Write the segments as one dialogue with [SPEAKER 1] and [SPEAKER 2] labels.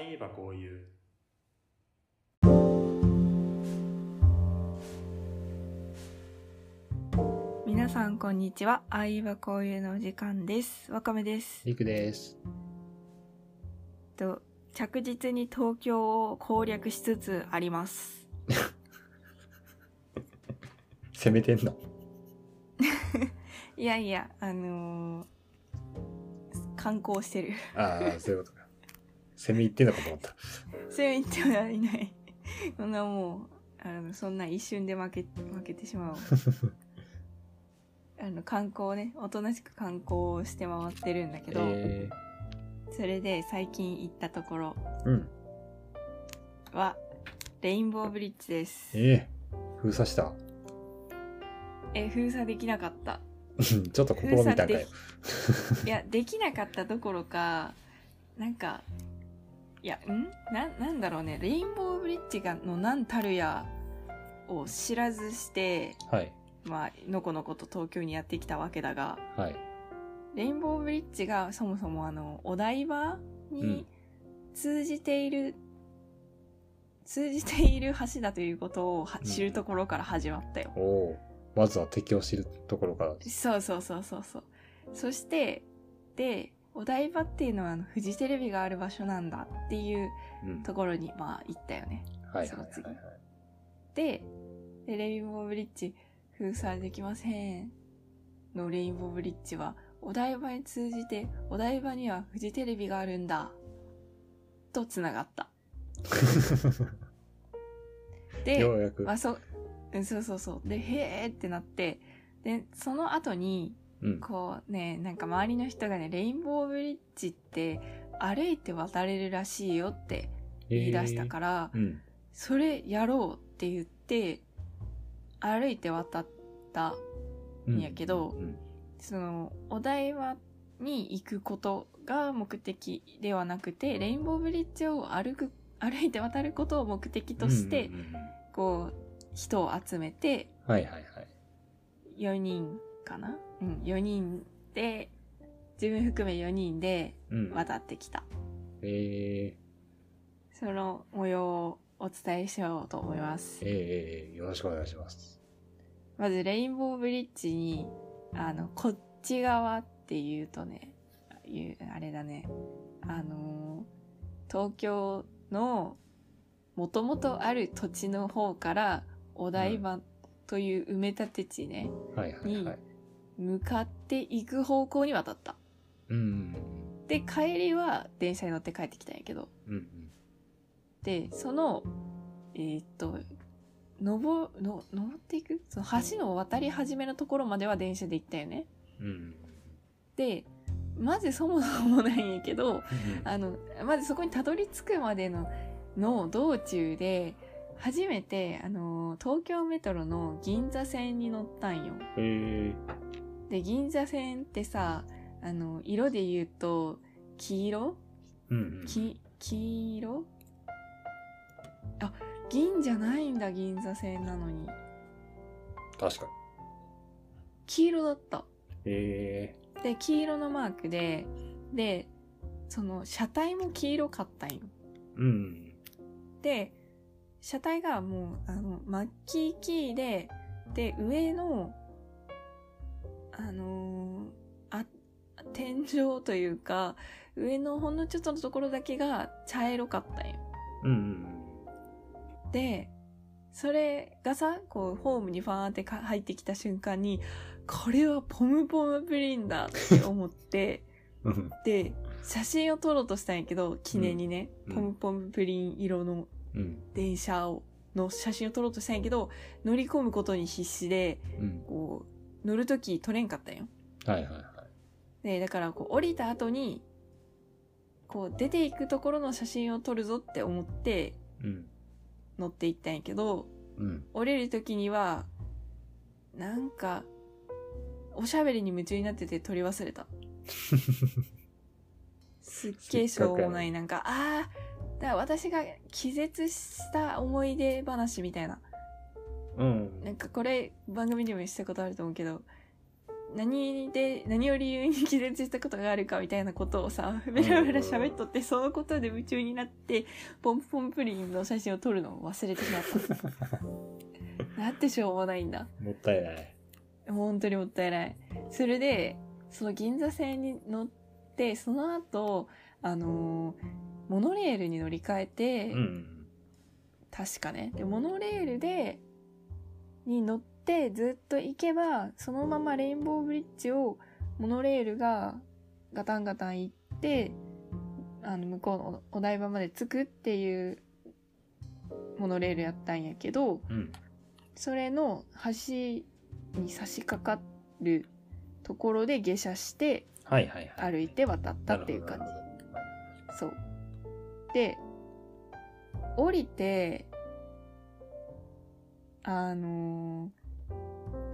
[SPEAKER 1] えばこういう
[SPEAKER 2] 皆さんこんにちは。あいはこういうのお時間です。わかめです。えっ
[SPEAKER 3] りくです。
[SPEAKER 2] と着実に東京を攻略しつつあります。
[SPEAKER 3] 攻めてんの。
[SPEAKER 2] いやいや、あのー観光してる。
[SPEAKER 3] ああ、そういうことか。攻め入ってんのかと思った。
[SPEAKER 2] そう言ってはいない。 そんなもう、あのそんな一瞬で負け負けてしまう。あの観光ね、おとなしく観光をして回ってるんだけど、
[SPEAKER 3] え
[SPEAKER 2] それで最近行ったところ
[SPEAKER 3] ー、うん。
[SPEAKER 2] は、レインボーブリッジです。
[SPEAKER 3] えー、封鎖した。
[SPEAKER 2] え、封鎖できなかった。
[SPEAKER 3] うんちょっと試みた んかよ。
[SPEAKER 2] いやできなかったどころかなんかいやんななんだろうねレインボーブリッジがの何たるやを知らずして
[SPEAKER 3] はい。
[SPEAKER 2] まあのこのこと東京にやってきたわけだが
[SPEAKER 3] はい。
[SPEAKER 2] レインボーブリッジがそもそもあのお台場
[SPEAKER 3] う
[SPEAKER 2] に
[SPEAKER 3] ん
[SPEAKER 2] 通じている、通じている橋だということをは
[SPEAKER 3] うん
[SPEAKER 2] 知るところから始まったよ。
[SPEAKER 3] おおー。まずは敵を知るところから。
[SPEAKER 2] そうそうそうそうそう。そして、で、お台場っていうのはあのフジテレビがある場所なんだっていう
[SPEAKER 3] うん。
[SPEAKER 2] ところにまあ行ったよね。
[SPEAKER 3] はいはいはい、
[SPEAKER 2] その
[SPEAKER 3] はい。
[SPEAKER 2] で、でレインボーブリッジ封鎖できませんのレインボーブリッジはお台場に通じてお台場にはフジテレビがあるんだとつながった。 で、
[SPEAKER 3] ようやく。
[SPEAKER 2] まあそうんそうそうそう。で、へーってなって、で、その後に、
[SPEAKER 3] うん。
[SPEAKER 2] こうねなんか周りの人がねレインボーブリッジって歩いて渡れるらしいよって言い出したから、
[SPEAKER 3] ら。うん。
[SPEAKER 2] それやろうって言って歩いて渡った
[SPEAKER 3] うん
[SPEAKER 2] んやけど、
[SPEAKER 3] うん。
[SPEAKER 2] そのお台場に行くことが目的ではなくてレインボーブリッジを歩く歩いて渡ることを目的として、
[SPEAKER 3] うんうんうんうん
[SPEAKER 2] こう人を集めて
[SPEAKER 3] はいはいはい。
[SPEAKER 2] 4人かなうん4人で自分含め4人で
[SPEAKER 3] うん。
[SPEAKER 2] 渡ってきた
[SPEAKER 3] え
[SPEAKER 2] その模様をお伝えしようと思い
[SPEAKER 3] ー、
[SPEAKER 2] ま
[SPEAKER 3] えー
[SPEAKER 2] す
[SPEAKER 3] えー、よろしくお願いします。
[SPEAKER 2] まずレインボーブリッジにあのこっち側っていうとねいうあれだねあのー東京のもともとある土地の方からお台場という埋め立て地ね、
[SPEAKER 3] はいはいはい。
[SPEAKER 2] 向かっていく方向に渡った
[SPEAKER 3] うん。
[SPEAKER 2] で帰りは電車に乗って帰ってきたんやけど
[SPEAKER 3] うんうん。
[SPEAKER 2] でそのえーっと登の登っていくその橋の渡り始めのところまでは電車で行ったよね
[SPEAKER 3] うんうん。
[SPEAKER 2] でまずそもそもなんやけど
[SPEAKER 3] うん
[SPEAKER 2] あのまずそこにたどり着くまでのの道中で初めてあの東京メトロの銀座線に乗ったんよ
[SPEAKER 3] え
[SPEAKER 2] で銀座線ってさあの色で言うと黄色
[SPEAKER 3] ー、うん、うん。
[SPEAKER 2] き黄色あ銀じゃないんだ銀座線なのに
[SPEAKER 3] 確かに。
[SPEAKER 2] 黄色だった
[SPEAKER 3] え
[SPEAKER 2] で黄色のマークででその車体も黄色かったんよ
[SPEAKER 3] ー、うん。
[SPEAKER 2] で車体がもうあのマッキーキーでで上のあのーあ天井というか上のほんのちょっとのところだけが茶色かったんよ
[SPEAKER 3] うんうん
[SPEAKER 2] でそれがさこうホームにファーンってか入ってきた瞬間にこれはポムポムプリンだって思って
[SPEAKER 3] うん。うん
[SPEAKER 2] で写真を撮ろうとしたんやけど記念にね、
[SPEAKER 3] うん
[SPEAKER 2] ポムポムプリン色の
[SPEAKER 3] うん。
[SPEAKER 2] 電車をの写真を撮ろうとしたんやけど乗り込むことに必死で
[SPEAKER 3] うん。
[SPEAKER 2] こう乗る時撮れんかったんよ。
[SPEAKER 3] はいはいはい。
[SPEAKER 2] でだからこう降りた後にこう出ていくところの写真を撮るぞって思って
[SPEAKER 3] うん。
[SPEAKER 2] 乗っていったんやけど
[SPEAKER 3] うん。
[SPEAKER 2] 降りる時にはなんかおしゃべりに夢中になってて撮り忘れ たすっげえしょうもないなんかあーだから私が気絶した思い出話みたいな
[SPEAKER 3] うん。
[SPEAKER 2] なんかこれ番組にもしたことあると思うけど何で何を理由に気絶したことがあるかみたいなことをさベラベラ喋っとってそのことで夢中になってポンポンプリンの写真を撮るのを忘れてしまったなんてしょうもないんだ
[SPEAKER 3] もったいない。
[SPEAKER 2] 本当にもったいないそれでその銀座線に乗ってその後あのーモノレールに乗り換えて、
[SPEAKER 3] うん。
[SPEAKER 2] 確かねでモノレールでに乗ってずっと行けばそのままレインボーブリッジをモノレールがガタンガタン行ってあの向こうのお台場まで着くっていうモノレールやったんやけど
[SPEAKER 3] うん。
[SPEAKER 2] それの橋に差し掛かるところで下車して
[SPEAKER 3] はいはいはい。
[SPEAKER 2] 歩いて渡ったっていう感じ
[SPEAKER 3] なる。ほどなる
[SPEAKER 2] そう。で、降りて、あのー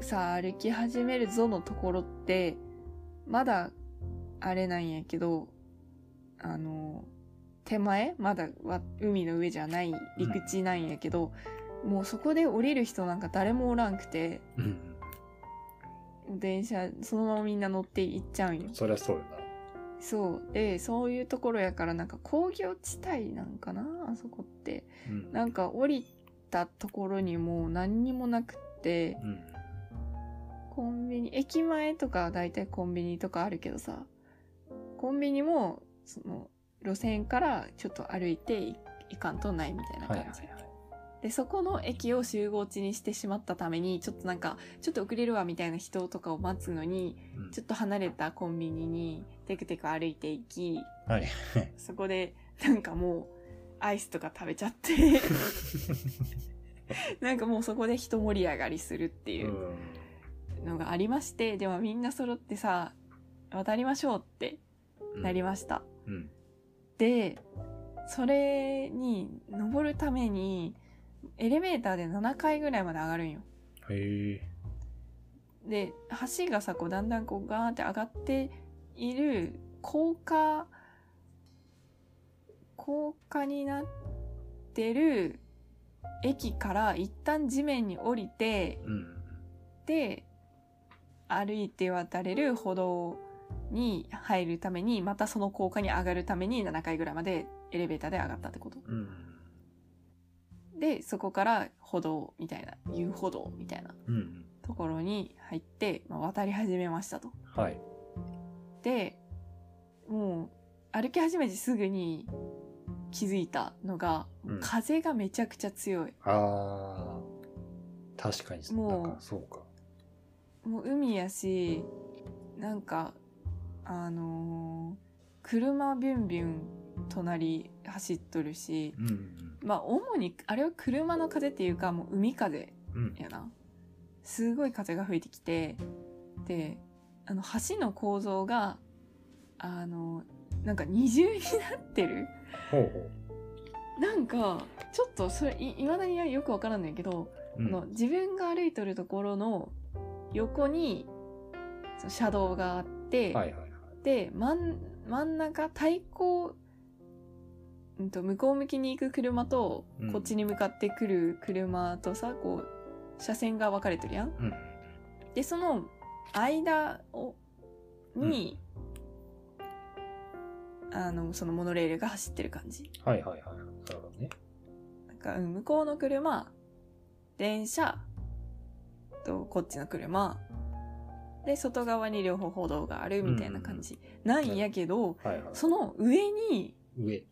[SPEAKER 2] さあ歩き始めるぞのところって、まだ、あれなんやけど、あのー手前まだわ海の上じゃない陸地なんやけど、もうそこで降りる人なんか誰もおらんくて、
[SPEAKER 3] ほどうん。
[SPEAKER 2] 電車、そのままみんな乗って行っちゃうんよ。
[SPEAKER 3] そりゃそうよな。
[SPEAKER 2] そうでそういうところやからなんか工業地帯なんかなあそこって
[SPEAKER 3] うん。
[SPEAKER 2] なんか降りたところにもう何にもなくって
[SPEAKER 3] うん。
[SPEAKER 2] コンビニ駅前とかだいたいコンビニとかあるけどさコンビニもその路線からちょっと歩いていいかんとないみたいな
[SPEAKER 3] はいはい
[SPEAKER 2] 感
[SPEAKER 3] は
[SPEAKER 2] じ、
[SPEAKER 3] い。
[SPEAKER 2] でそこの駅を集合地にしてしまったためにちょっとなんかちょっと遅れるわみたいな人とかを待つのに
[SPEAKER 3] うん
[SPEAKER 2] ちょっと離れたコンビニにテクテク歩いていき
[SPEAKER 3] はい。。
[SPEAKER 2] そこでなんかもうアイスとか食べちゃってなんかもうそこで一盛り上がりするっていううんのがありまして、ではみんな揃ってさ渡りましょうって
[SPEAKER 3] うん
[SPEAKER 2] なりました、
[SPEAKER 3] うん。
[SPEAKER 2] でそれに登るためにエレベーターで7階ぐらいまで上がるんよ
[SPEAKER 3] へえ。
[SPEAKER 2] で橋がさこうだんだんこうガーンって上がっている高架高架になってる駅から一旦地面に降りて
[SPEAKER 3] うん。
[SPEAKER 2] で歩いて渡れる歩道に入るためにまたその高架に上がるために7階ぐらいまでエレベーターで上がったってこと
[SPEAKER 3] うん。
[SPEAKER 2] でそこから歩道みたいな遊歩道みたいな
[SPEAKER 3] うん。
[SPEAKER 2] ところに入って、まあ、渡り始めましたと。
[SPEAKER 3] はい。
[SPEAKER 2] でもう歩き始めてすぐに気づいたのが、
[SPEAKER 3] うん
[SPEAKER 2] 風がめちゃくちゃ強い
[SPEAKER 3] あー。確かに、
[SPEAKER 2] もう
[SPEAKER 3] なんか、そうか。
[SPEAKER 2] もう海やしなんかあのー車ビュンビュン隣走っとるし
[SPEAKER 3] うんうん。
[SPEAKER 2] まあ主にあれは車の風っていうかもう海風
[SPEAKER 3] うん。
[SPEAKER 2] やなすごい風が吹いてきてであの橋の構造があのなんか二重になってる
[SPEAKER 3] ほうほ
[SPEAKER 2] なんかちょっとそれいいまだによくわからんねんけど、
[SPEAKER 3] う。うん
[SPEAKER 2] あの自分が歩いとるところの横にその車道があって、
[SPEAKER 3] はいはいはい。
[SPEAKER 2] で真ん真ん中対向、うん、と向こう向きに行く車と、
[SPEAKER 3] うん
[SPEAKER 2] こっちに向かってくる車とさこう車線が分かれてるやん。
[SPEAKER 3] うん。
[SPEAKER 2] でその間をに、あのそのモノレールが走ってる感じ。
[SPEAKER 3] はいはいはい。なるほどね。
[SPEAKER 2] なんか、うん向こうの車、電車、と、こっちの車、で、外側に両方歩道があるみたいな感じ。なんやけど、
[SPEAKER 3] はいはい。
[SPEAKER 2] その上に、
[SPEAKER 3] 上。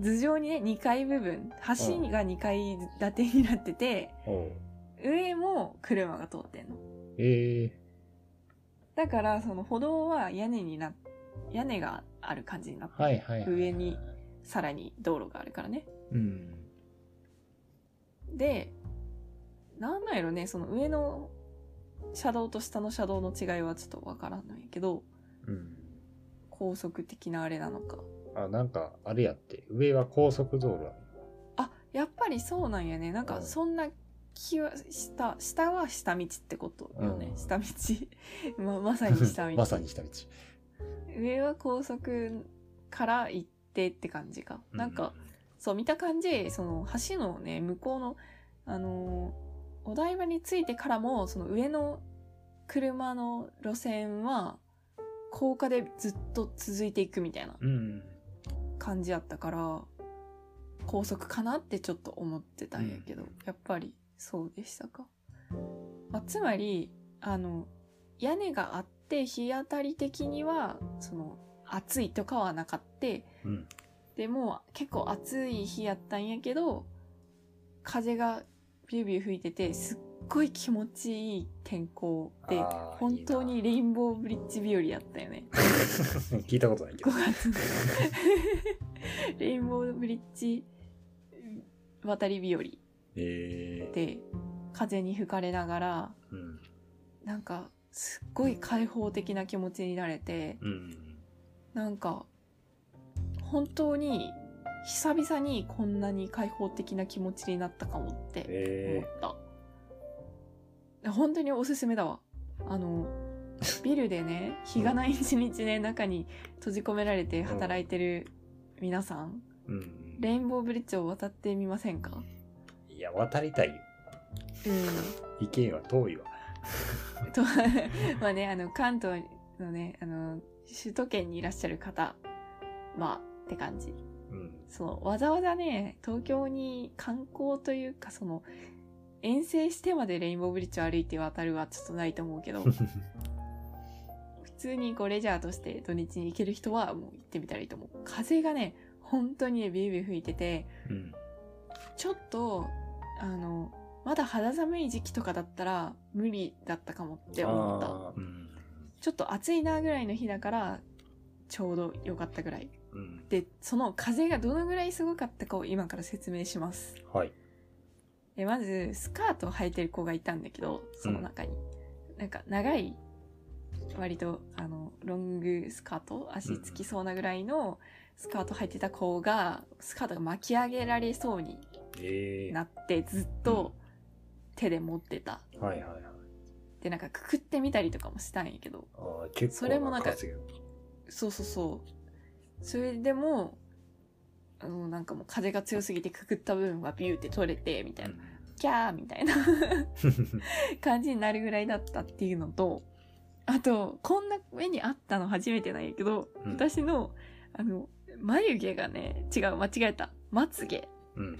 [SPEAKER 2] 頭上にね、2階部分、橋が2階建てになってて、
[SPEAKER 3] おう。
[SPEAKER 2] 上も車が通ってんの。
[SPEAKER 3] ええ。
[SPEAKER 2] だから、その歩道は屋根にな、屋根がある感じになって、
[SPEAKER 3] はいはいはい。
[SPEAKER 2] 上に。さらに道路があるからね。
[SPEAKER 3] うん。
[SPEAKER 2] でなんなんやろねその上の車道と下の車道の違いはちょっとわからんのやけど
[SPEAKER 3] うん。
[SPEAKER 2] 高速的なあれなのか
[SPEAKER 3] あ、なんか、あれやって。上は高速道路やね
[SPEAKER 2] あやっぱりそうなんやねなん
[SPEAKER 3] う
[SPEAKER 2] か
[SPEAKER 3] ん
[SPEAKER 2] そんな気はした下は下道ってことよね、
[SPEAKER 3] うん
[SPEAKER 2] 下道 ままさに下 道
[SPEAKER 3] まさに下道。
[SPEAKER 2] 上は高速から行ってって感じか、なんか
[SPEAKER 3] う
[SPEAKER 2] そう見た感じその橋のね向こうのあのーお台場に着いてからもその上の車の路線は高架でずっと続いていくみたいな
[SPEAKER 3] うん。
[SPEAKER 2] 感じやったから高速かなってちょっと思ってたんやけど、
[SPEAKER 3] うん
[SPEAKER 2] やっぱりそうでしたか、まあ、つまりあの屋根があって日当たり的にはその暑いとかはなかって
[SPEAKER 3] うん。
[SPEAKER 2] でもう結構暑い日やったんやけど風がビュービュー吹いててすっごい気持ちいい天候で
[SPEAKER 3] あー
[SPEAKER 2] 本当
[SPEAKER 3] い
[SPEAKER 2] に
[SPEAKER 3] い
[SPEAKER 2] レインボーブリッジ日和やったよね
[SPEAKER 3] な 聞いたことないけど。
[SPEAKER 2] 5月の レインボーブリッジ渡り日和
[SPEAKER 3] ええ
[SPEAKER 2] で風に吹かれながら
[SPEAKER 3] うん。
[SPEAKER 2] なんかすっごい開放的な気持ちになれて
[SPEAKER 3] うん。
[SPEAKER 2] なんか本当に久々にこんなに開放的な気持ちになったかもって思
[SPEAKER 3] え
[SPEAKER 2] った、本当におすすめだわあのビルでね日がない一日ね中に閉じ込められて働いてる皆さん
[SPEAKER 3] えうん。
[SPEAKER 2] レインボーブリッジを渡ってみませんか
[SPEAKER 3] いや、渡りたいよ。
[SPEAKER 2] う
[SPEAKER 3] 意
[SPEAKER 2] ん。
[SPEAKER 3] 見は遠いわ。
[SPEAKER 2] と、 まあね、あの、関東のね、あの、首都圏にいらっしゃる方は、って感じ。
[SPEAKER 3] うん。
[SPEAKER 2] その、わざわざね、東京に観光というか、その、遠征してまでレインボーブリッジを歩いて渡るはちょっとないと思うけど、普通にこうレジャーとして土日に行ける人はもう行ってみたらいいと思う。風がね、本当にね、ビュービュー吹いてて、
[SPEAKER 3] うん。
[SPEAKER 2] ちょっと、あの、まだ肌寒い時期とかだったら無理だったかもって思った。
[SPEAKER 3] あーうん。
[SPEAKER 2] ちょっと暑いなぐらいの日だから、ちょうど良かったぐらい。
[SPEAKER 3] うん。
[SPEAKER 2] で、その風がどのぐらいすごかったかを今から説明します。
[SPEAKER 3] はい。
[SPEAKER 2] えまず、スカートを履いてる子がいたんだけど、その中に。なんか、長い、割と、あの、ロングスカート、足つきそうなぐらいのスカート履いてた子が、スカートが巻き上げられそうに
[SPEAKER 3] ええ
[SPEAKER 2] なって、ずっと手で持ってた。
[SPEAKER 3] はいはいはい。
[SPEAKER 2] で、なんか、くくってみたりとかもしたんやけど、
[SPEAKER 3] ああ、結構
[SPEAKER 2] それもなんか
[SPEAKER 3] 数よ
[SPEAKER 2] そうそうそう。それでも、あの、なんかもう風が強すぎてくくった部分がビューって取れて、みたいな。キャーみたいな感じになるぐらいだったっていうのと、あと、こんな目にあったの初めてなんやけど、
[SPEAKER 3] うん
[SPEAKER 2] 私の、あの、眉毛がね、違う、間違えた。まつげ。
[SPEAKER 3] うん。うん。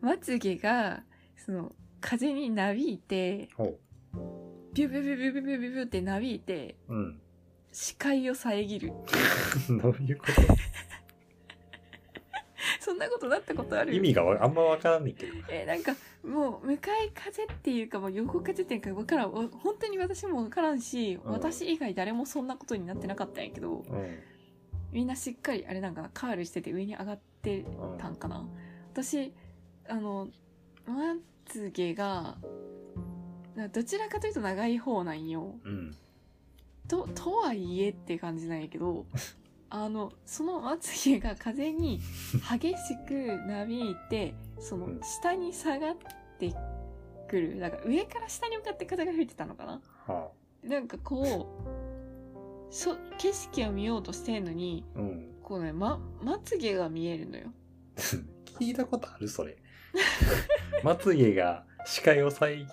[SPEAKER 2] まつげが、その、風になびいて、
[SPEAKER 3] ほう。
[SPEAKER 2] ビュービュービュービュービュービュービューってなびいて、
[SPEAKER 3] うん。
[SPEAKER 2] 視界を遮る。
[SPEAKER 3] どういうこと
[SPEAKER 2] そんなことなったことある
[SPEAKER 3] 意味がわあんまわからんねんけど。
[SPEAKER 2] えーなんかもう向かい風っていうかもう横風っていうか分からんお本当に私も分からんし、
[SPEAKER 3] うん
[SPEAKER 2] 私以外誰もそんなことになってなかったんやけど
[SPEAKER 3] う
[SPEAKER 2] みんなしっかりあれなんかなカールしてて上に上がって
[SPEAKER 3] ん。うん
[SPEAKER 2] たんかな私あのまつげがなどちらかというと長い方なんよ
[SPEAKER 3] うん。
[SPEAKER 2] ととはいえって感じなんやけ どあのそのまつげが風 に激しくなびいてその
[SPEAKER 3] うん
[SPEAKER 2] 下に下がってくるなんか上から下に向かって風が吹いてたのかな
[SPEAKER 3] は
[SPEAKER 2] なんかこうそ景色を見ようとしてんのに
[SPEAKER 3] あ。うん。
[SPEAKER 2] こうねままつげが見えるのよ
[SPEAKER 3] 聞いたことあるそ れ。まつげが視界を遮る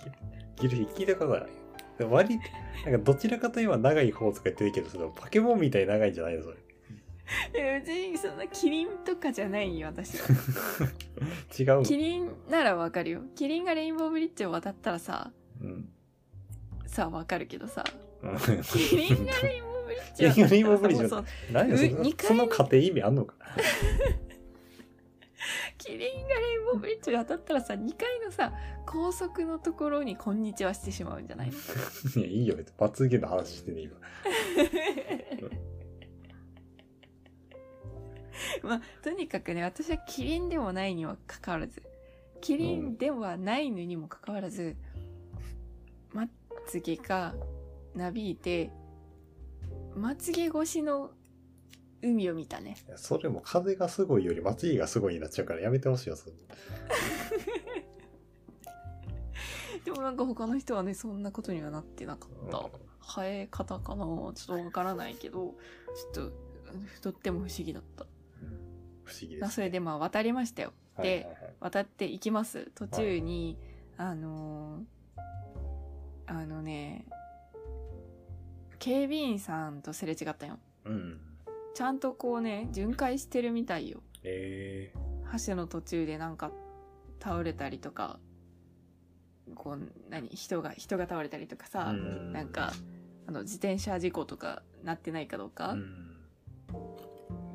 [SPEAKER 3] 日聞いたことある。でも割と、なんかどちらかといえば長い方とか言ってるけど、そのパケモンみたいに長いんじゃないの そ
[SPEAKER 2] え別にそんなキリンとかじゃないよ私は
[SPEAKER 3] れ。違うの
[SPEAKER 2] キリンならわかるよキリンがレインボーブリッジを渡ったらさ
[SPEAKER 3] うん。
[SPEAKER 2] さあわかるけどさ
[SPEAKER 3] うん
[SPEAKER 2] キリンがレインボーブリッジ
[SPEAKER 3] いやキリンボーブリッジ
[SPEAKER 2] もうそう
[SPEAKER 3] 何やそ
[SPEAKER 2] 二回
[SPEAKER 3] のその過程意味あんのか
[SPEAKER 2] キリンがレインボーブリッジが当たったらさ2階のさ高速のところに「こんにちは」してしまうんじゃない の
[SPEAKER 3] いや、いいよ、別に。罰ゲームの話してね、今。
[SPEAKER 2] まあとにかくね私はキリンでもないにもかかわらずキリンではないのにもかかわらず、まつげがなびいてまつげ越しの海を見たね
[SPEAKER 3] いやそれも風がすごいより、罰ゲームがすごいになっちゃうからやめてほしいよ、それ。
[SPEAKER 2] でもなんか他の人はねそんなことにはなってなかった、生え方かなちょっとわからないけどちょっと太っても不思議だった
[SPEAKER 3] 不思議で
[SPEAKER 2] な
[SPEAKER 3] す。
[SPEAKER 2] それでまあ渡りましたよ
[SPEAKER 3] はいはいはい
[SPEAKER 2] 渡っていきます途中に、あのーあのね警備員さんとすれ違ったよ
[SPEAKER 3] うん。
[SPEAKER 2] ちゃんとこうね巡回してるみたいよ
[SPEAKER 3] え
[SPEAKER 2] 橋の途中でなんか倒れたりとかこう何人が人が倒れたりとか
[SPEAKER 3] え
[SPEAKER 2] さ、
[SPEAKER 3] うん
[SPEAKER 2] なんかあの自転車事故とかなってないかどうか
[SPEAKER 3] うん。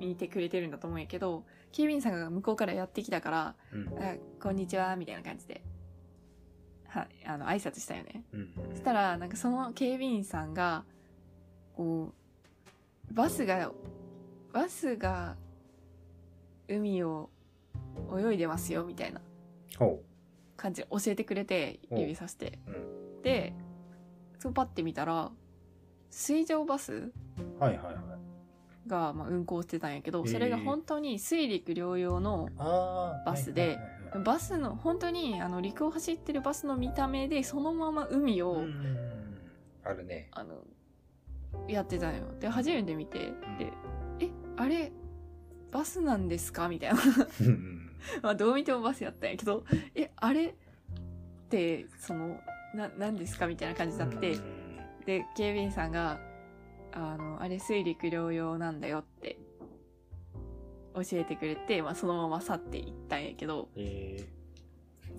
[SPEAKER 2] 見てくれてるんだと思うんやけど、警備員さんが向こうからやってきたから
[SPEAKER 3] うん
[SPEAKER 2] 「あこんにちは」みたいな感じではあの挨拶したよね。
[SPEAKER 3] うん。
[SPEAKER 2] そしたらなんかその警備員さんがこうバスがバスが海を泳いでますよみたいな
[SPEAKER 3] ほ
[SPEAKER 2] 感じで教えてくれて
[SPEAKER 3] うん
[SPEAKER 2] 指さして、でそうパッて見たら水上バス
[SPEAKER 3] う。はいはいはい。
[SPEAKER 2] がまあ運行してたんやけ
[SPEAKER 3] へ
[SPEAKER 2] ど
[SPEAKER 3] え
[SPEAKER 2] それが本当に水陸両用の
[SPEAKER 3] ああ。
[SPEAKER 2] バスで
[SPEAKER 3] はいはいはいはい
[SPEAKER 2] バスの本当にあの陸を走ってるバスの見た目でそのまま海を、
[SPEAKER 3] うん。あるね。
[SPEAKER 2] あのやってたのよで初めて見てで「えあれバスなんですか?」みたいな
[SPEAKER 3] うん
[SPEAKER 2] まあどう見てもバスやったんやけど「えあれ?」ってそのな何ですかみたいな感じになって、
[SPEAKER 3] うん
[SPEAKER 2] で警備員さんが「あのあれ水陸両用なんだよ」って教えてくれて、まあ、そのまま去っていったんやけど
[SPEAKER 3] ええ。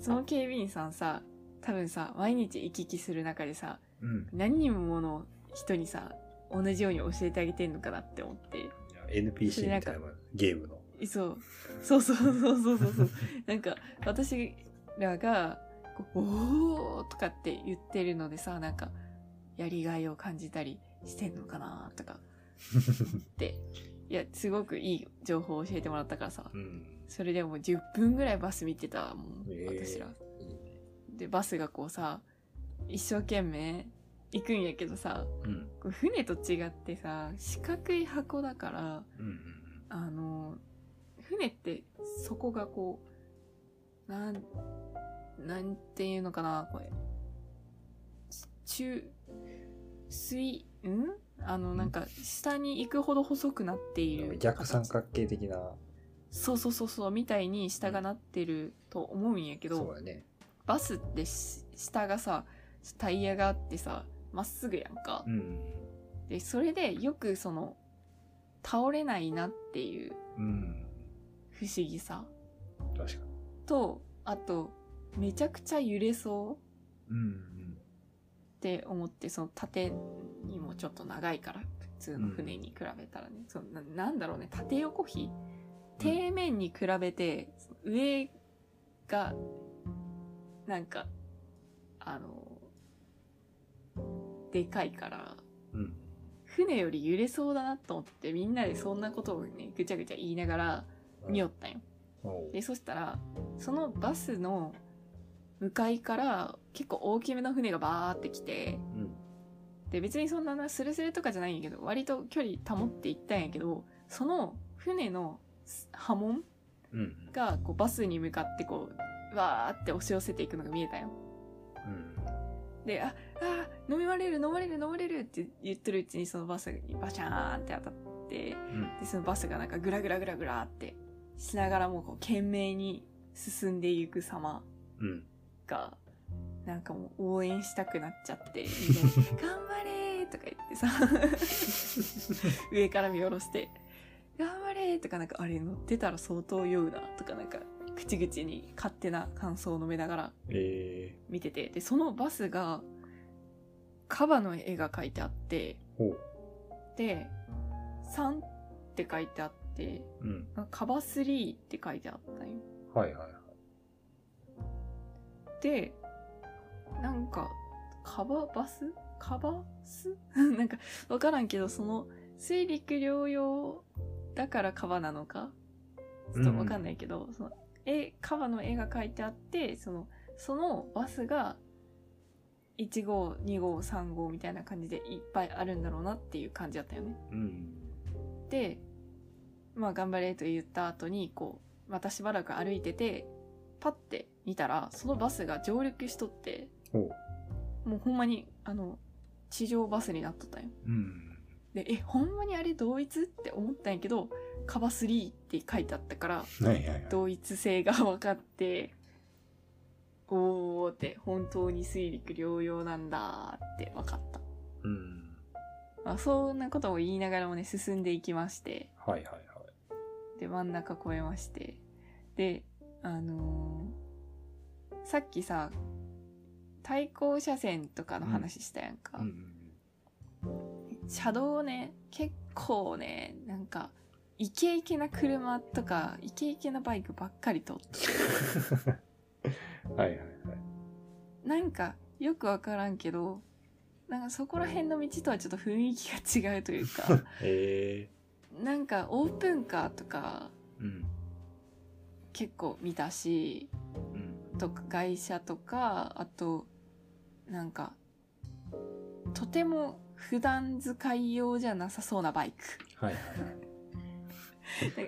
[SPEAKER 2] その警備員さんさ多分さ毎日行き来する中でさ
[SPEAKER 3] うん。
[SPEAKER 2] 何人もの人にさ同じように教えてあげてんのかなって思って
[SPEAKER 3] いや NPC みたいなゲームの。
[SPEAKER 2] いそうそうそうそうそうそうそうなんか私らがこう「おー!」とかって言ってるのでさなんかやりがいを感じたりしてんのかなとかっていやすごくいい情報を教えてもらったからさ
[SPEAKER 3] うん。
[SPEAKER 2] それでもう10分ぐらいバス見てたもん、
[SPEAKER 3] ええ
[SPEAKER 2] 私ら
[SPEAKER 3] いいね
[SPEAKER 2] でバスがこうさ一生懸命行くんやけどさ
[SPEAKER 3] うん。
[SPEAKER 2] こう船と違ってさ四角い箱だから
[SPEAKER 3] うんうん
[SPEAKER 2] あの船ってそこがこうなんなんていうのかなこれ中水んあのなんか下に行くほど細くなってい
[SPEAKER 3] うん。
[SPEAKER 2] る
[SPEAKER 3] 逆三
[SPEAKER 2] 形
[SPEAKER 3] 角形的な。
[SPEAKER 2] そうそうそうそうみたいに下がなってると思うんやけど、
[SPEAKER 3] そうだね。
[SPEAKER 2] バスってし下がさタイヤがあってさまっすぐやんか、
[SPEAKER 3] うん。
[SPEAKER 2] でそれでよくその倒れないなっていう
[SPEAKER 3] うん。
[SPEAKER 2] 不思議さ
[SPEAKER 3] 確かに。
[SPEAKER 2] とあとめちゃくちゃ揺れそう
[SPEAKER 3] うん
[SPEAKER 2] って思ってその縦にもちょっと長いから普通の船に比べたらね、そのななんだろうね縦横比底面に比べて上がなんかあのでかいから
[SPEAKER 3] うん。うん。
[SPEAKER 2] 船より揺れそうだなと思ってみんなでそんなことをねぐちゃぐちゃ言いながら見よったんよ。
[SPEAKER 3] おう
[SPEAKER 2] でそしたらそのバスの向かいから結構大きめの船がバーって来て
[SPEAKER 3] うん。
[SPEAKER 2] で別にそんななスレスレとかじゃないんやけど割と距離保っていったんやけどその船の波紋
[SPEAKER 3] うん。
[SPEAKER 2] がこうバスに向かってこうわーって押し寄せていくのが見えたんよ。
[SPEAKER 3] うん。
[SPEAKER 2] で「ああー飲みまれる飲まれる飲まれる」って言ってるうちにそのバスにバシャーンって当たって。
[SPEAKER 3] うん。
[SPEAKER 2] でそのバスがなんかグラグラグラグラってしながらもこう懸命に進んでいく様
[SPEAKER 3] うん。
[SPEAKER 2] がなんかもう応援したくなっちゃ って「頑張れ!」とか言ってさ 上から見下ろして「頑張れ!」とかなんかあれ乗ってたら相当酔うなとかなんか口々に勝手な感想を述べながら
[SPEAKER 3] ええ。
[SPEAKER 2] 見ててでそのバスがカバの絵が描いてあって
[SPEAKER 3] ほう。
[SPEAKER 2] で「3」って書いてあって。
[SPEAKER 3] うん。
[SPEAKER 2] カバスリーって書いてあったんよ。
[SPEAKER 3] はいはい。
[SPEAKER 2] で、なんか、カババスカバス なんか、わからんけど、その、水陸両用だからカバなのかちょっとわかんないけど、その、絵、カバの絵が描いてあって、その、そのバスが、1号、2号、3号みたいな感じでいっぱいあるんだろうなっていう感じだったよね。
[SPEAKER 3] うん。
[SPEAKER 2] でまあ頑張れと言った後にこうまたしばらく歩いててパッて見たらそのバスが上陸しとって
[SPEAKER 3] ほ
[SPEAKER 2] もうほんまにあの地上バスになっとったんよ
[SPEAKER 3] う。うん。
[SPEAKER 2] でえほんまにあれ同一って思ったんやけどカバ3って書いてあったから
[SPEAKER 3] はいはいはい。
[SPEAKER 2] 同一性が分かっておーって本当に水陸両用なんだって分かった
[SPEAKER 3] うん。
[SPEAKER 2] まあ、そんなことを言いながらもね進んでいきまして
[SPEAKER 3] はいはいはい。
[SPEAKER 2] で真ん中越えましてであのーさっきさ対向車線とかの話したやんか、
[SPEAKER 3] うんうんうん。
[SPEAKER 2] 車道をね結構ねなんかイケイケな車とかイケイケなバイクばっかりと
[SPEAKER 3] はいはいはい。
[SPEAKER 2] なんかよくわからんけどなんかそこら辺の道とはちょっと雰囲気が違うとい うか
[SPEAKER 3] え
[SPEAKER 2] なんかオープンカーとか
[SPEAKER 3] ー、うん。
[SPEAKER 2] 結構見たし
[SPEAKER 3] うん。
[SPEAKER 2] とか外車とかあとなんかとても普段使い用じゃなさそうなバイク。
[SPEAKER 3] はいはいはい。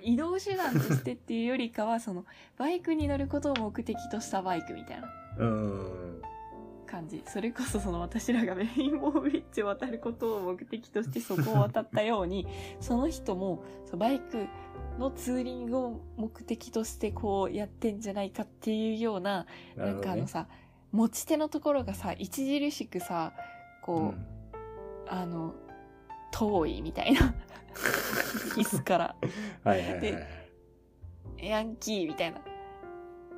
[SPEAKER 2] 移動手段としてっていうよりかはそのバイクに乗ることを目的としたバイクみたいな
[SPEAKER 3] うーん。
[SPEAKER 2] 感じそれこそその私らがレインボーブリッジを渡ることを目的としてそこを渡ったようにその人もそのバイクのツーリングを目的としてこうやってんじゃないかっていうような
[SPEAKER 3] なる
[SPEAKER 2] なん
[SPEAKER 3] ほ
[SPEAKER 2] か
[SPEAKER 3] ど
[SPEAKER 2] あ
[SPEAKER 3] ね
[SPEAKER 2] の。さ持ち手のところがさ著しくさこう、
[SPEAKER 3] うん
[SPEAKER 2] あの遠いみたい な椅子から
[SPEAKER 3] はいはいはいは
[SPEAKER 2] で
[SPEAKER 3] い。
[SPEAKER 2] ヤンキーみたいな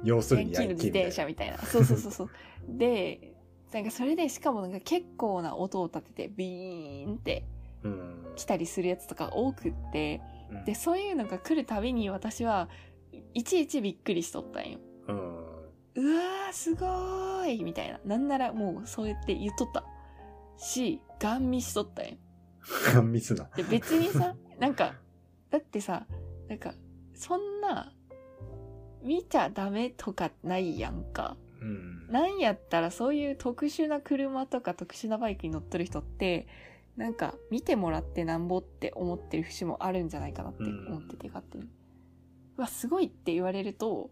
[SPEAKER 3] 要する
[SPEAKER 2] ヤン
[SPEAKER 3] に
[SPEAKER 2] キーの自転車みたいな。そうそうそうそう。で、なんかそれでしかもなんか結構な音を立ててビーンって
[SPEAKER 3] みたいな。うん。
[SPEAKER 2] 来たりするやつとか多くって、で、そういうのが来るたびに私はいちいちびっくりしとったんよ。
[SPEAKER 3] うん。
[SPEAKER 2] うわー、すごーいみたいな。なんならもうそうやって言っとった。し、ガン見しとったんよ。
[SPEAKER 3] うん。ミスな。
[SPEAKER 2] で、別に さ、なんか、だってさ、なんか、そんな、見ちゃダメとかないやんか。
[SPEAKER 3] うん。
[SPEAKER 2] なんやったらそういう特殊な車とか特殊なバイクに乗ってる人って、なんか見てもらってなんぼって思ってる節もあるんじゃないかなって
[SPEAKER 3] うん
[SPEAKER 2] 思ってて勝手に。うわ、すごいって言われると、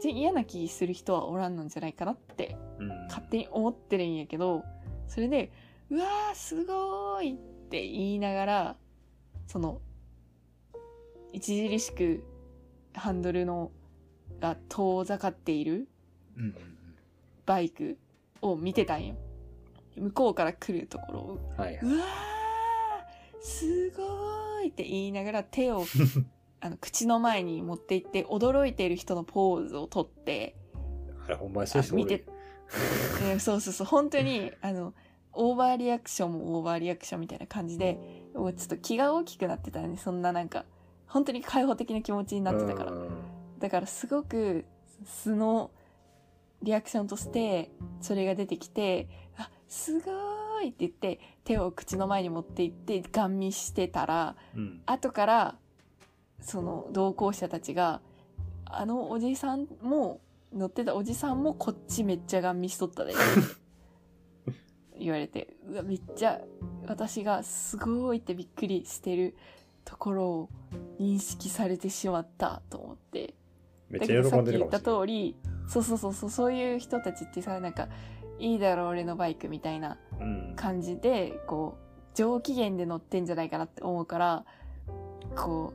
[SPEAKER 2] じゃ嫌な気する人はおらんのんじゃないかなって
[SPEAKER 3] うん
[SPEAKER 2] 勝手に思ってるんやけど、それで、うわーすごーいって言いながら、その、著しくハンドルのが遠ざかっている
[SPEAKER 3] うんうん
[SPEAKER 2] バイクを見てたんよ。向こうから来るところを、
[SPEAKER 3] うん。はいは
[SPEAKER 2] う
[SPEAKER 3] い。
[SPEAKER 2] わーすごーいって言いながら手をあの口の前に持って行って驚いている人のポーズをとって、
[SPEAKER 3] あれ、ほんまにそういう人おる
[SPEAKER 2] あ見てえーそうそうそう、本当に、あの、オーバーリアクションもオーバーリアクションみたいな感じで、もうちょっと気が大きくなってたよね。そんななんか、本当に開放的な気持ちになってたから
[SPEAKER 3] う。ん
[SPEAKER 2] だからすごく素のリアクションとしてそれが出てきて「あすごーい!」って言って手を口の前に持って行ってガン見してたら
[SPEAKER 3] うん。
[SPEAKER 2] 後からその同行者たちがあのおじさんも乗ってたおじさんもこっちめっちゃガン見しとったで言われてうわめっちゃ私がすごいってびっくりしてるところを認識されてしまったと思って。
[SPEAKER 3] めっ
[SPEAKER 2] だ
[SPEAKER 3] ち
[SPEAKER 2] け
[SPEAKER 3] ゃ喜
[SPEAKER 2] どさ
[SPEAKER 3] ん
[SPEAKER 2] っ
[SPEAKER 3] で
[SPEAKER 2] き
[SPEAKER 3] る
[SPEAKER 2] 言
[SPEAKER 3] かも
[SPEAKER 2] っ
[SPEAKER 3] したれない。
[SPEAKER 2] 通りそうそうそうそうそういう人たちってさなんかいいだろう俺のバイクみたいな
[SPEAKER 3] うん。
[SPEAKER 2] 感じでこう上機嫌で乗ってんじゃないかなって思うからこ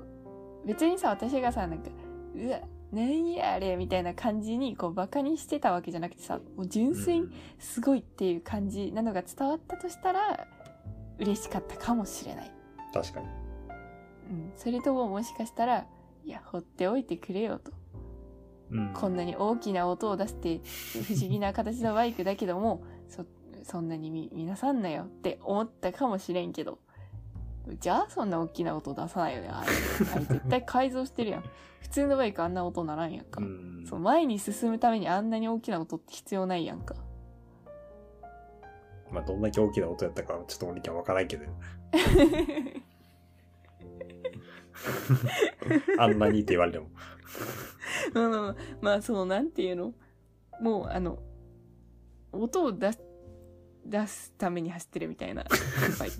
[SPEAKER 2] う別にさ私がさなんかうわ何やあれみたいな感じにこうバカにしてたわけじゃなくてさもう純粋にすごいっていう感じなのが伝わったとしたら嬉しかったかもしれない、
[SPEAKER 3] 確かに。
[SPEAKER 2] うん、それとももしかしたらいや放っておいてくれよと
[SPEAKER 3] うん
[SPEAKER 2] こんなに大きな音を出して不思議な形のバイクだけどもそそんなにみ見なさんなよって思ったかもしれんけどじゃあそんな大きな音出さないよねあれあれ絶対改造してるやん普通のバイクあんな音ならんやんか、
[SPEAKER 3] うん
[SPEAKER 2] そう前に進むためにあんなに大きな音って必要ないやんか
[SPEAKER 3] まあ、どんだけ大きな音やったかはちょっと俺には分からんけど。 あんなにって言われ ても。
[SPEAKER 2] まあまあまあ、まあ、その、なんていうのもう、あの、音を出す、出すために走ってるみたいなバイク。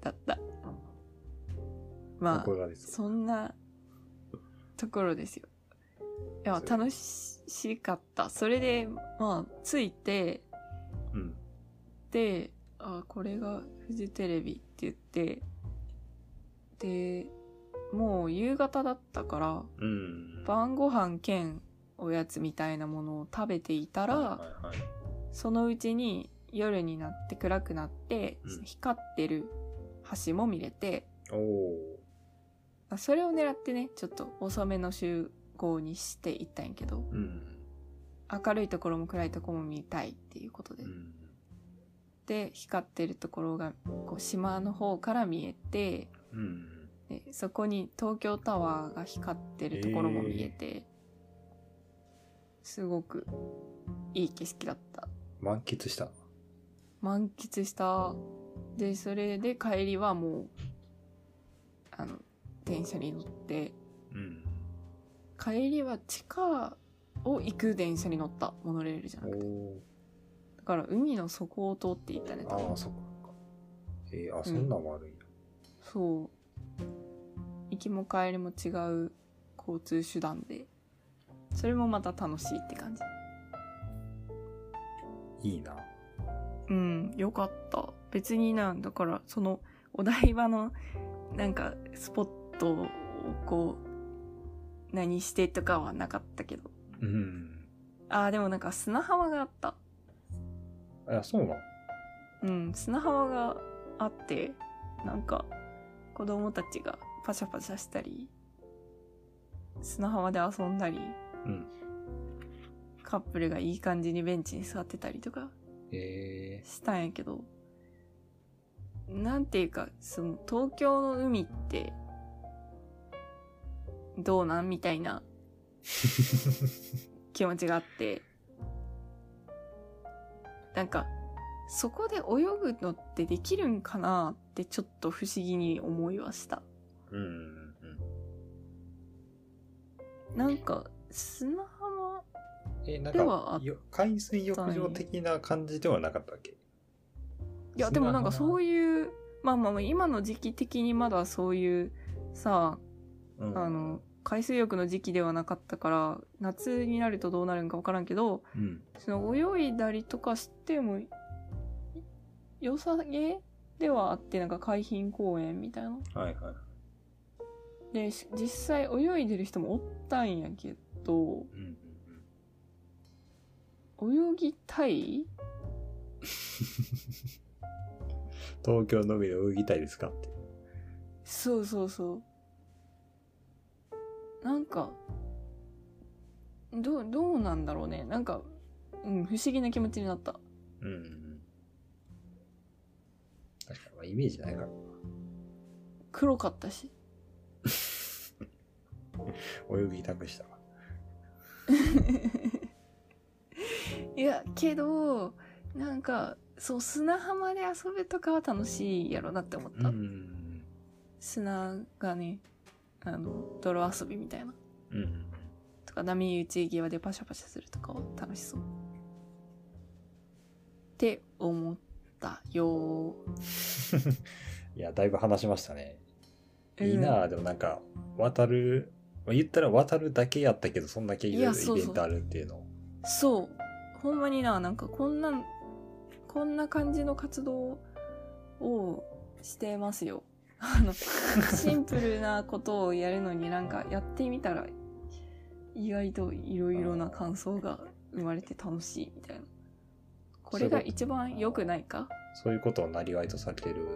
[SPEAKER 2] だった。まあ
[SPEAKER 3] こ、れがです。
[SPEAKER 2] そんなところですよ。いや、楽しかった。それで、まあ、ついて、
[SPEAKER 3] うん。
[SPEAKER 2] で、あ、これがフジテレビって言って、で、もう夕方だったから、
[SPEAKER 3] うん。
[SPEAKER 2] 晩ご飯兼おやつみたいなものを食べていたら、
[SPEAKER 3] はいはいはい
[SPEAKER 2] そのうちに夜になって暗くなって、
[SPEAKER 3] うん
[SPEAKER 2] 光ってる橋も見れて
[SPEAKER 3] おお
[SPEAKER 2] あそれを狙ってねちょっと遅めの集合にしていったんやけど
[SPEAKER 3] ー。うん。
[SPEAKER 2] 明るいところも暗いところも見たいっていうことで、
[SPEAKER 3] うん。
[SPEAKER 2] で光ってるところがこう島の方から見えて
[SPEAKER 3] うん。
[SPEAKER 2] でそこに東京タワーが光ってるところも見えて、すごくいい景色だった
[SPEAKER 3] 満喫した。
[SPEAKER 2] 満喫したでそれで帰りはもうあの電車に乗って
[SPEAKER 3] うん。
[SPEAKER 2] 帰りは地下を行く電車に乗ったモノレールじゃな
[SPEAKER 3] お
[SPEAKER 2] くて
[SPEAKER 3] お
[SPEAKER 2] だから海の底を通っていったね
[SPEAKER 3] ー。
[SPEAKER 2] 多分
[SPEAKER 3] ああ、そっか。えー、あ、そんなんもあるんや。
[SPEAKER 2] そう行きも帰りも違う交通手段でそれもまた楽しいって感じ
[SPEAKER 3] いいな。
[SPEAKER 2] うんよかった別になんだからそのお台場の なんかスポットをこう何してとかはなかったけど
[SPEAKER 3] うん。
[SPEAKER 2] あーでもなんか砂浜があった
[SPEAKER 3] あ、そうなん。
[SPEAKER 2] うん砂浜があってなんか子供たちがパシャパシャしたり砂浜で遊んだり、
[SPEAKER 3] うん
[SPEAKER 2] カップルがいい感じにベンチに座ってたりとか
[SPEAKER 3] え
[SPEAKER 2] したんやけどなんていうかその東京の海ってどうなんみた いな
[SPEAKER 3] ー。
[SPEAKER 2] 気持ちがあってなんかそこで泳ぐのってできるんかなってちょっと不思議に思いはした
[SPEAKER 3] うんうんうん。
[SPEAKER 2] なんか砂浜
[SPEAKER 3] えなん
[SPEAKER 2] では
[SPEAKER 3] か
[SPEAKER 2] あっ
[SPEAKER 3] よ海水浴場的な感じではなかったっけ
[SPEAKER 2] いやでもなんか
[SPEAKER 3] 砂浜
[SPEAKER 2] そういうまあまあまあ今の時期的にまだそういうさ
[SPEAKER 3] うん
[SPEAKER 2] あの海水浴の時期ではなかったから夏になるとどうなるんか分からんけど
[SPEAKER 3] うん
[SPEAKER 2] その泳いだりとかしてもい良さげではあってなんか海浜公園みたいな
[SPEAKER 3] はいはい
[SPEAKER 2] でし実際泳いでる人もおったんやけど
[SPEAKER 3] うんうん
[SPEAKER 2] 泳ぎたい
[SPEAKER 3] 東京の海で泳ぎたいですかって
[SPEAKER 2] そうそうそうなんかどうどうなんだろうねなんか、うん、不思議な気持ちになった
[SPEAKER 3] うんうん確かにまあイメージないから
[SPEAKER 2] 黒かったし
[SPEAKER 3] 泳ぎたくしたわ
[SPEAKER 2] いやけどなんかそう砂浜で遊ぶとかは楽しいやろなって思った、
[SPEAKER 3] ん
[SPEAKER 2] 砂がねあの泥遊びみたいな
[SPEAKER 3] うん
[SPEAKER 2] とか波打ち際でパシャパシャするとかは楽しそうって思ったよ
[SPEAKER 3] いやだいぶ話しましたね
[SPEAKER 2] うん
[SPEAKER 3] いいなあでもなんか渡るまあ言ったら渡るだけやったけどそんだけいろい
[SPEAKER 2] いやそ
[SPEAKER 3] ろ
[SPEAKER 2] う
[SPEAKER 3] イ
[SPEAKER 2] そ
[SPEAKER 3] ベ
[SPEAKER 2] う
[SPEAKER 3] ントあるっていうの
[SPEAKER 2] そうほんまにななんかこんなんこんな感じの活動をしてますよ あのシンプルなことをやるのになんかやってみたら意外といろいろな感想が生まれて楽しいみたいなこれが一番良くないか
[SPEAKER 3] そういうことをなりわいとされて る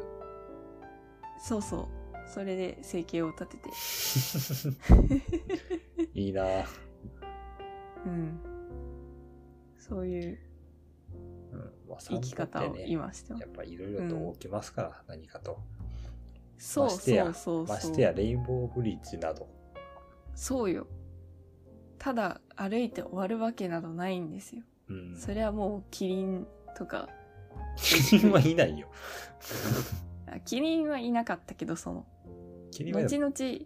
[SPEAKER 2] そうそうそれで生計を立てて
[SPEAKER 3] いいなあ
[SPEAKER 2] うんそういう
[SPEAKER 3] うんまあ
[SPEAKER 2] 生き方
[SPEAKER 3] 散歩
[SPEAKER 2] を
[SPEAKER 3] ってね
[SPEAKER 2] 今してます
[SPEAKER 3] やっぱいろいろと起きますから、何かと。
[SPEAKER 2] そう
[SPEAKER 3] ましてや
[SPEAKER 2] そうそう
[SPEAKER 3] ま
[SPEAKER 2] そ
[SPEAKER 3] してや
[SPEAKER 2] う
[SPEAKER 3] レインボーブリッジなど。
[SPEAKER 2] そうよただ歩いて終わるわけなどないんですよ、
[SPEAKER 3] うん。
[SPEAKER 2] それはもうキリンとか
[SPEAKER 3] キリンはいないよ。
[SPEAKER 2] あキリンはいなかったけどその
[SPEAKER 3] キリンは
[SPEAKER 2] 後
[SPEAKER 3] 後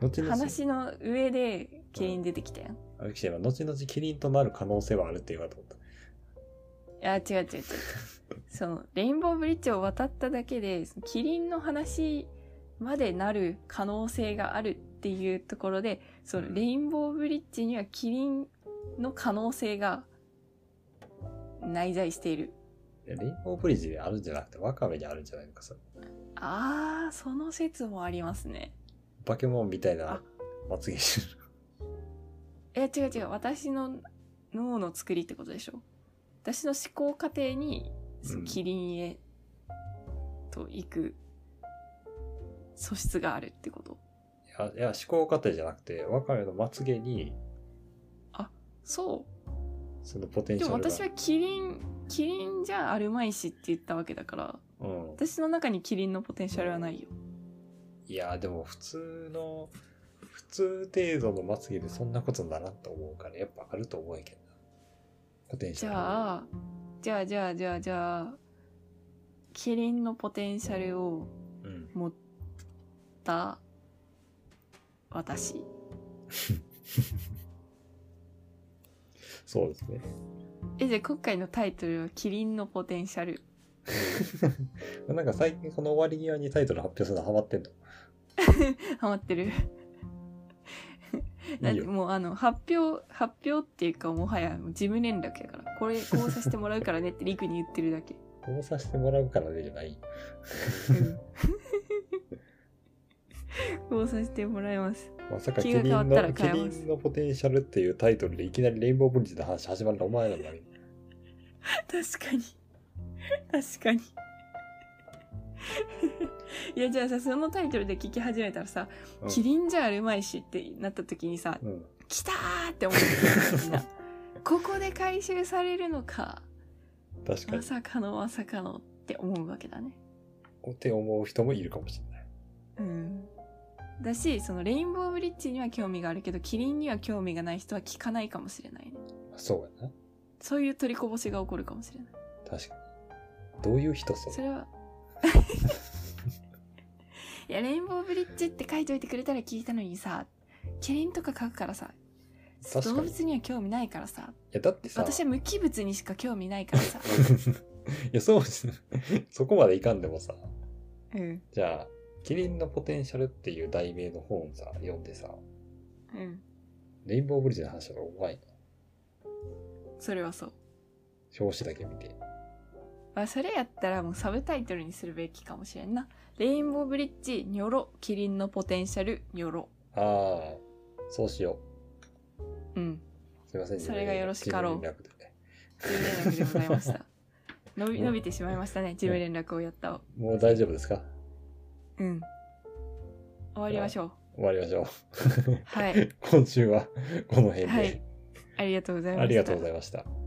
[SPEAKER 2] 々
[SPEAKER 3] 々、
[SPEAKER 2] 話の上でキリン出てきたやん、
[SPEAKER 3] あゆきちゃんは後々キリンとなる可能性はあるって言われたこと。
[SPEAKER 2] いや違う違う違う違う そのレインボーブリッジを渡っただけでそのキリンの話までなる可能性があるっていうところでそのレインボーブリッジにはキリンの可能性が内在している
[SPEAKER 3] いやレインボーブリッジにあるんじゃなくて、ワカメにあるんじゃないのかさ。
[SPEAKER 2] あーその説もありますね
[SPEAKER 3] バケモンみたい
[SPEAKER 2] あ
[SPEAKER 3] なまつげ してる。
[SPEAKER 2] え違う違う私の脳の作りってことでしょ私の思考過程に
[SPEAKER 3] うん
[SPEAKER 2] キリンへと行く素質があるってこと
[SPEAKER 3] いや、いや思考過程じゃなくて、若いのまつげに、
[SPEAKER 2] そ
[SPEAKER 3] そのポテ
[SPEAKER 2] う
[SPEAKER 3] ンシ
[SPEAKER 2] で
[SPEAKER 3] ャ
[SPEAKER 2] も
[SPEAKER 3] ルが。
[SPEAKER 2] 私はキリンキリンじゃあるまいしって言ったわけだから
[SPEAKER 3] うん。
[SPEAKER 2] 私の中にキリンのポテンシャルはないよ
[SPEAKER 3] いや、でも普通の、普通程度のまつげでそんなことならんと思うから、やっぱあると思うけどな。ポテンシ
[SPEAKER 2] じ
[SPEAKER 3] ャル。あ。
[SPEAKER 2] ゃあじゃあじゃあじゃあじゃあキリンのポテンシャルを
[SPEAKER 3] うん。
[SPEAKER 2] 持った私
[SPEAKER 3] そうですね。
[SPEAKER 2] えじゃあ今回のタイトルは「キリンのポテンシャル
[SPEAKER 3] なんか最近この終わり際にタイトル発表するのハマってんの。」
[SPEAKER 2] ハマってるだっ
[SPEAKER 3] いい
[SPEAKER 2] て
[SPEAKER 3] よ。
[SPEAKER 2] もうあの発表発表っていうかもはやもう事務連絡やからこれこうさせてもらうからねってリクに言ってるだけ、
[SPEAKER 3] こうさせてもらうからねじゃない。
[SPEAKER 2] こうさせてもらいます
[SPEAKER 3] まさかキリ
[SPEAKER 2] 気が変わ
[SPEAKER 3] ン
[SPEAKER 2] っ
[SPEAKER 3] の、
[SPEAKER 2] たら
[SPEAKER 3] キ
[SPEAKER 2] 変え
[SPEAKER 3] リ
[SPEAKER 2] ます
[SPEAKER 3] ンのポテンシャルっていうタイトルでいきなりレインボーブリッジの話始まるのお前なんだね。
[SPEAKER 2] 確かに確かに いやじゃあさそのタイトルで聞き始めたらさ「
[SPEAKER 3] うん
[SPEAKER 2] キリンじゃあるまいし」ってなった時にさ
[SPEAKER 3] うん。
[SPEAKER 2] 「来た!」って思ってみん なここで回収されるのか
[SPEAKER 3] 確か
[SPEAKER 2] ま
[SPEAKER 3] に。
[SPEAKER 2] さかのまさかのって思うわけだね
[SPEAKER 3] って思う人もいるかもしれない。
[SPEAKER 2] うんだしそのレインボーブリッジには興味があるけどキリンには興味がない人は聞かないかもしれないね
[SPEAKER 3] そうやな。
[SPEAKER 2] そういう取りこぼしが起こるかもしれない
[SPEAKER 3] 確かに。どういう人そ
[SPEAKER 2] そ
[SPEAKER 3] れ
[SPEAKER 2] れはいやレインボーブリッジって書いといてくれたら聞いたのにさキリンとか書くからさ
[SPEAKER 3] 確かに
[SPEAKER 2] 動物には興味ないからさ
[SPEAKER 3] いや、だってさ、
[SPEAKER 2] 私は無機物にしか興味ないからさ
[SPEAKER 3] いや、そうですね。そこまでいかんでもさ、
[SPEAKER 2] うん
[SPEAKER 3] じゃあ、キリンのポテンシャルっていう題名の本をさ、読んでさ、
[SPEAKER 2] うん
[SPEAKER 3] レインボーブリッジの話がうまいな。
[SPEAKER 2] それはそう
[SPEAKER 3] 表紙だけ見て。
[SPEAKER 2] まあ、それやったらもうサブタイトルにするべきかもしれんな。レインボーブリッジ、ニョロ、キリンのポテンシャル、ニョロ。
[SPEAKER 3] ああ、そうしよ
[SPEAKER 2] うん。
[SPEAKER 3] う。すいません。
[SPEAKER 2] それがよろしかろう
[SPEAKER 3] 自分連絡でね
[SPEAKER 2] 事務連絡でござい ました。伸び、伸びてしまいましたね。事務連絡をやったを。
[SPEAKER 3] もう大丈夫ですか
[SPEAKER 2] うん。終わりましょ
[SPEAKER 3] 終わりましょ
[SPEAKER 2] う。は
[SPEAKER 3] う
[SPEAKER 2] い。。
[SPEAKER 3] 今週はこの辺で、
[SPEAKER 2] はい。ありがとうございました。
[SPEAKER 3] ありがとうございました。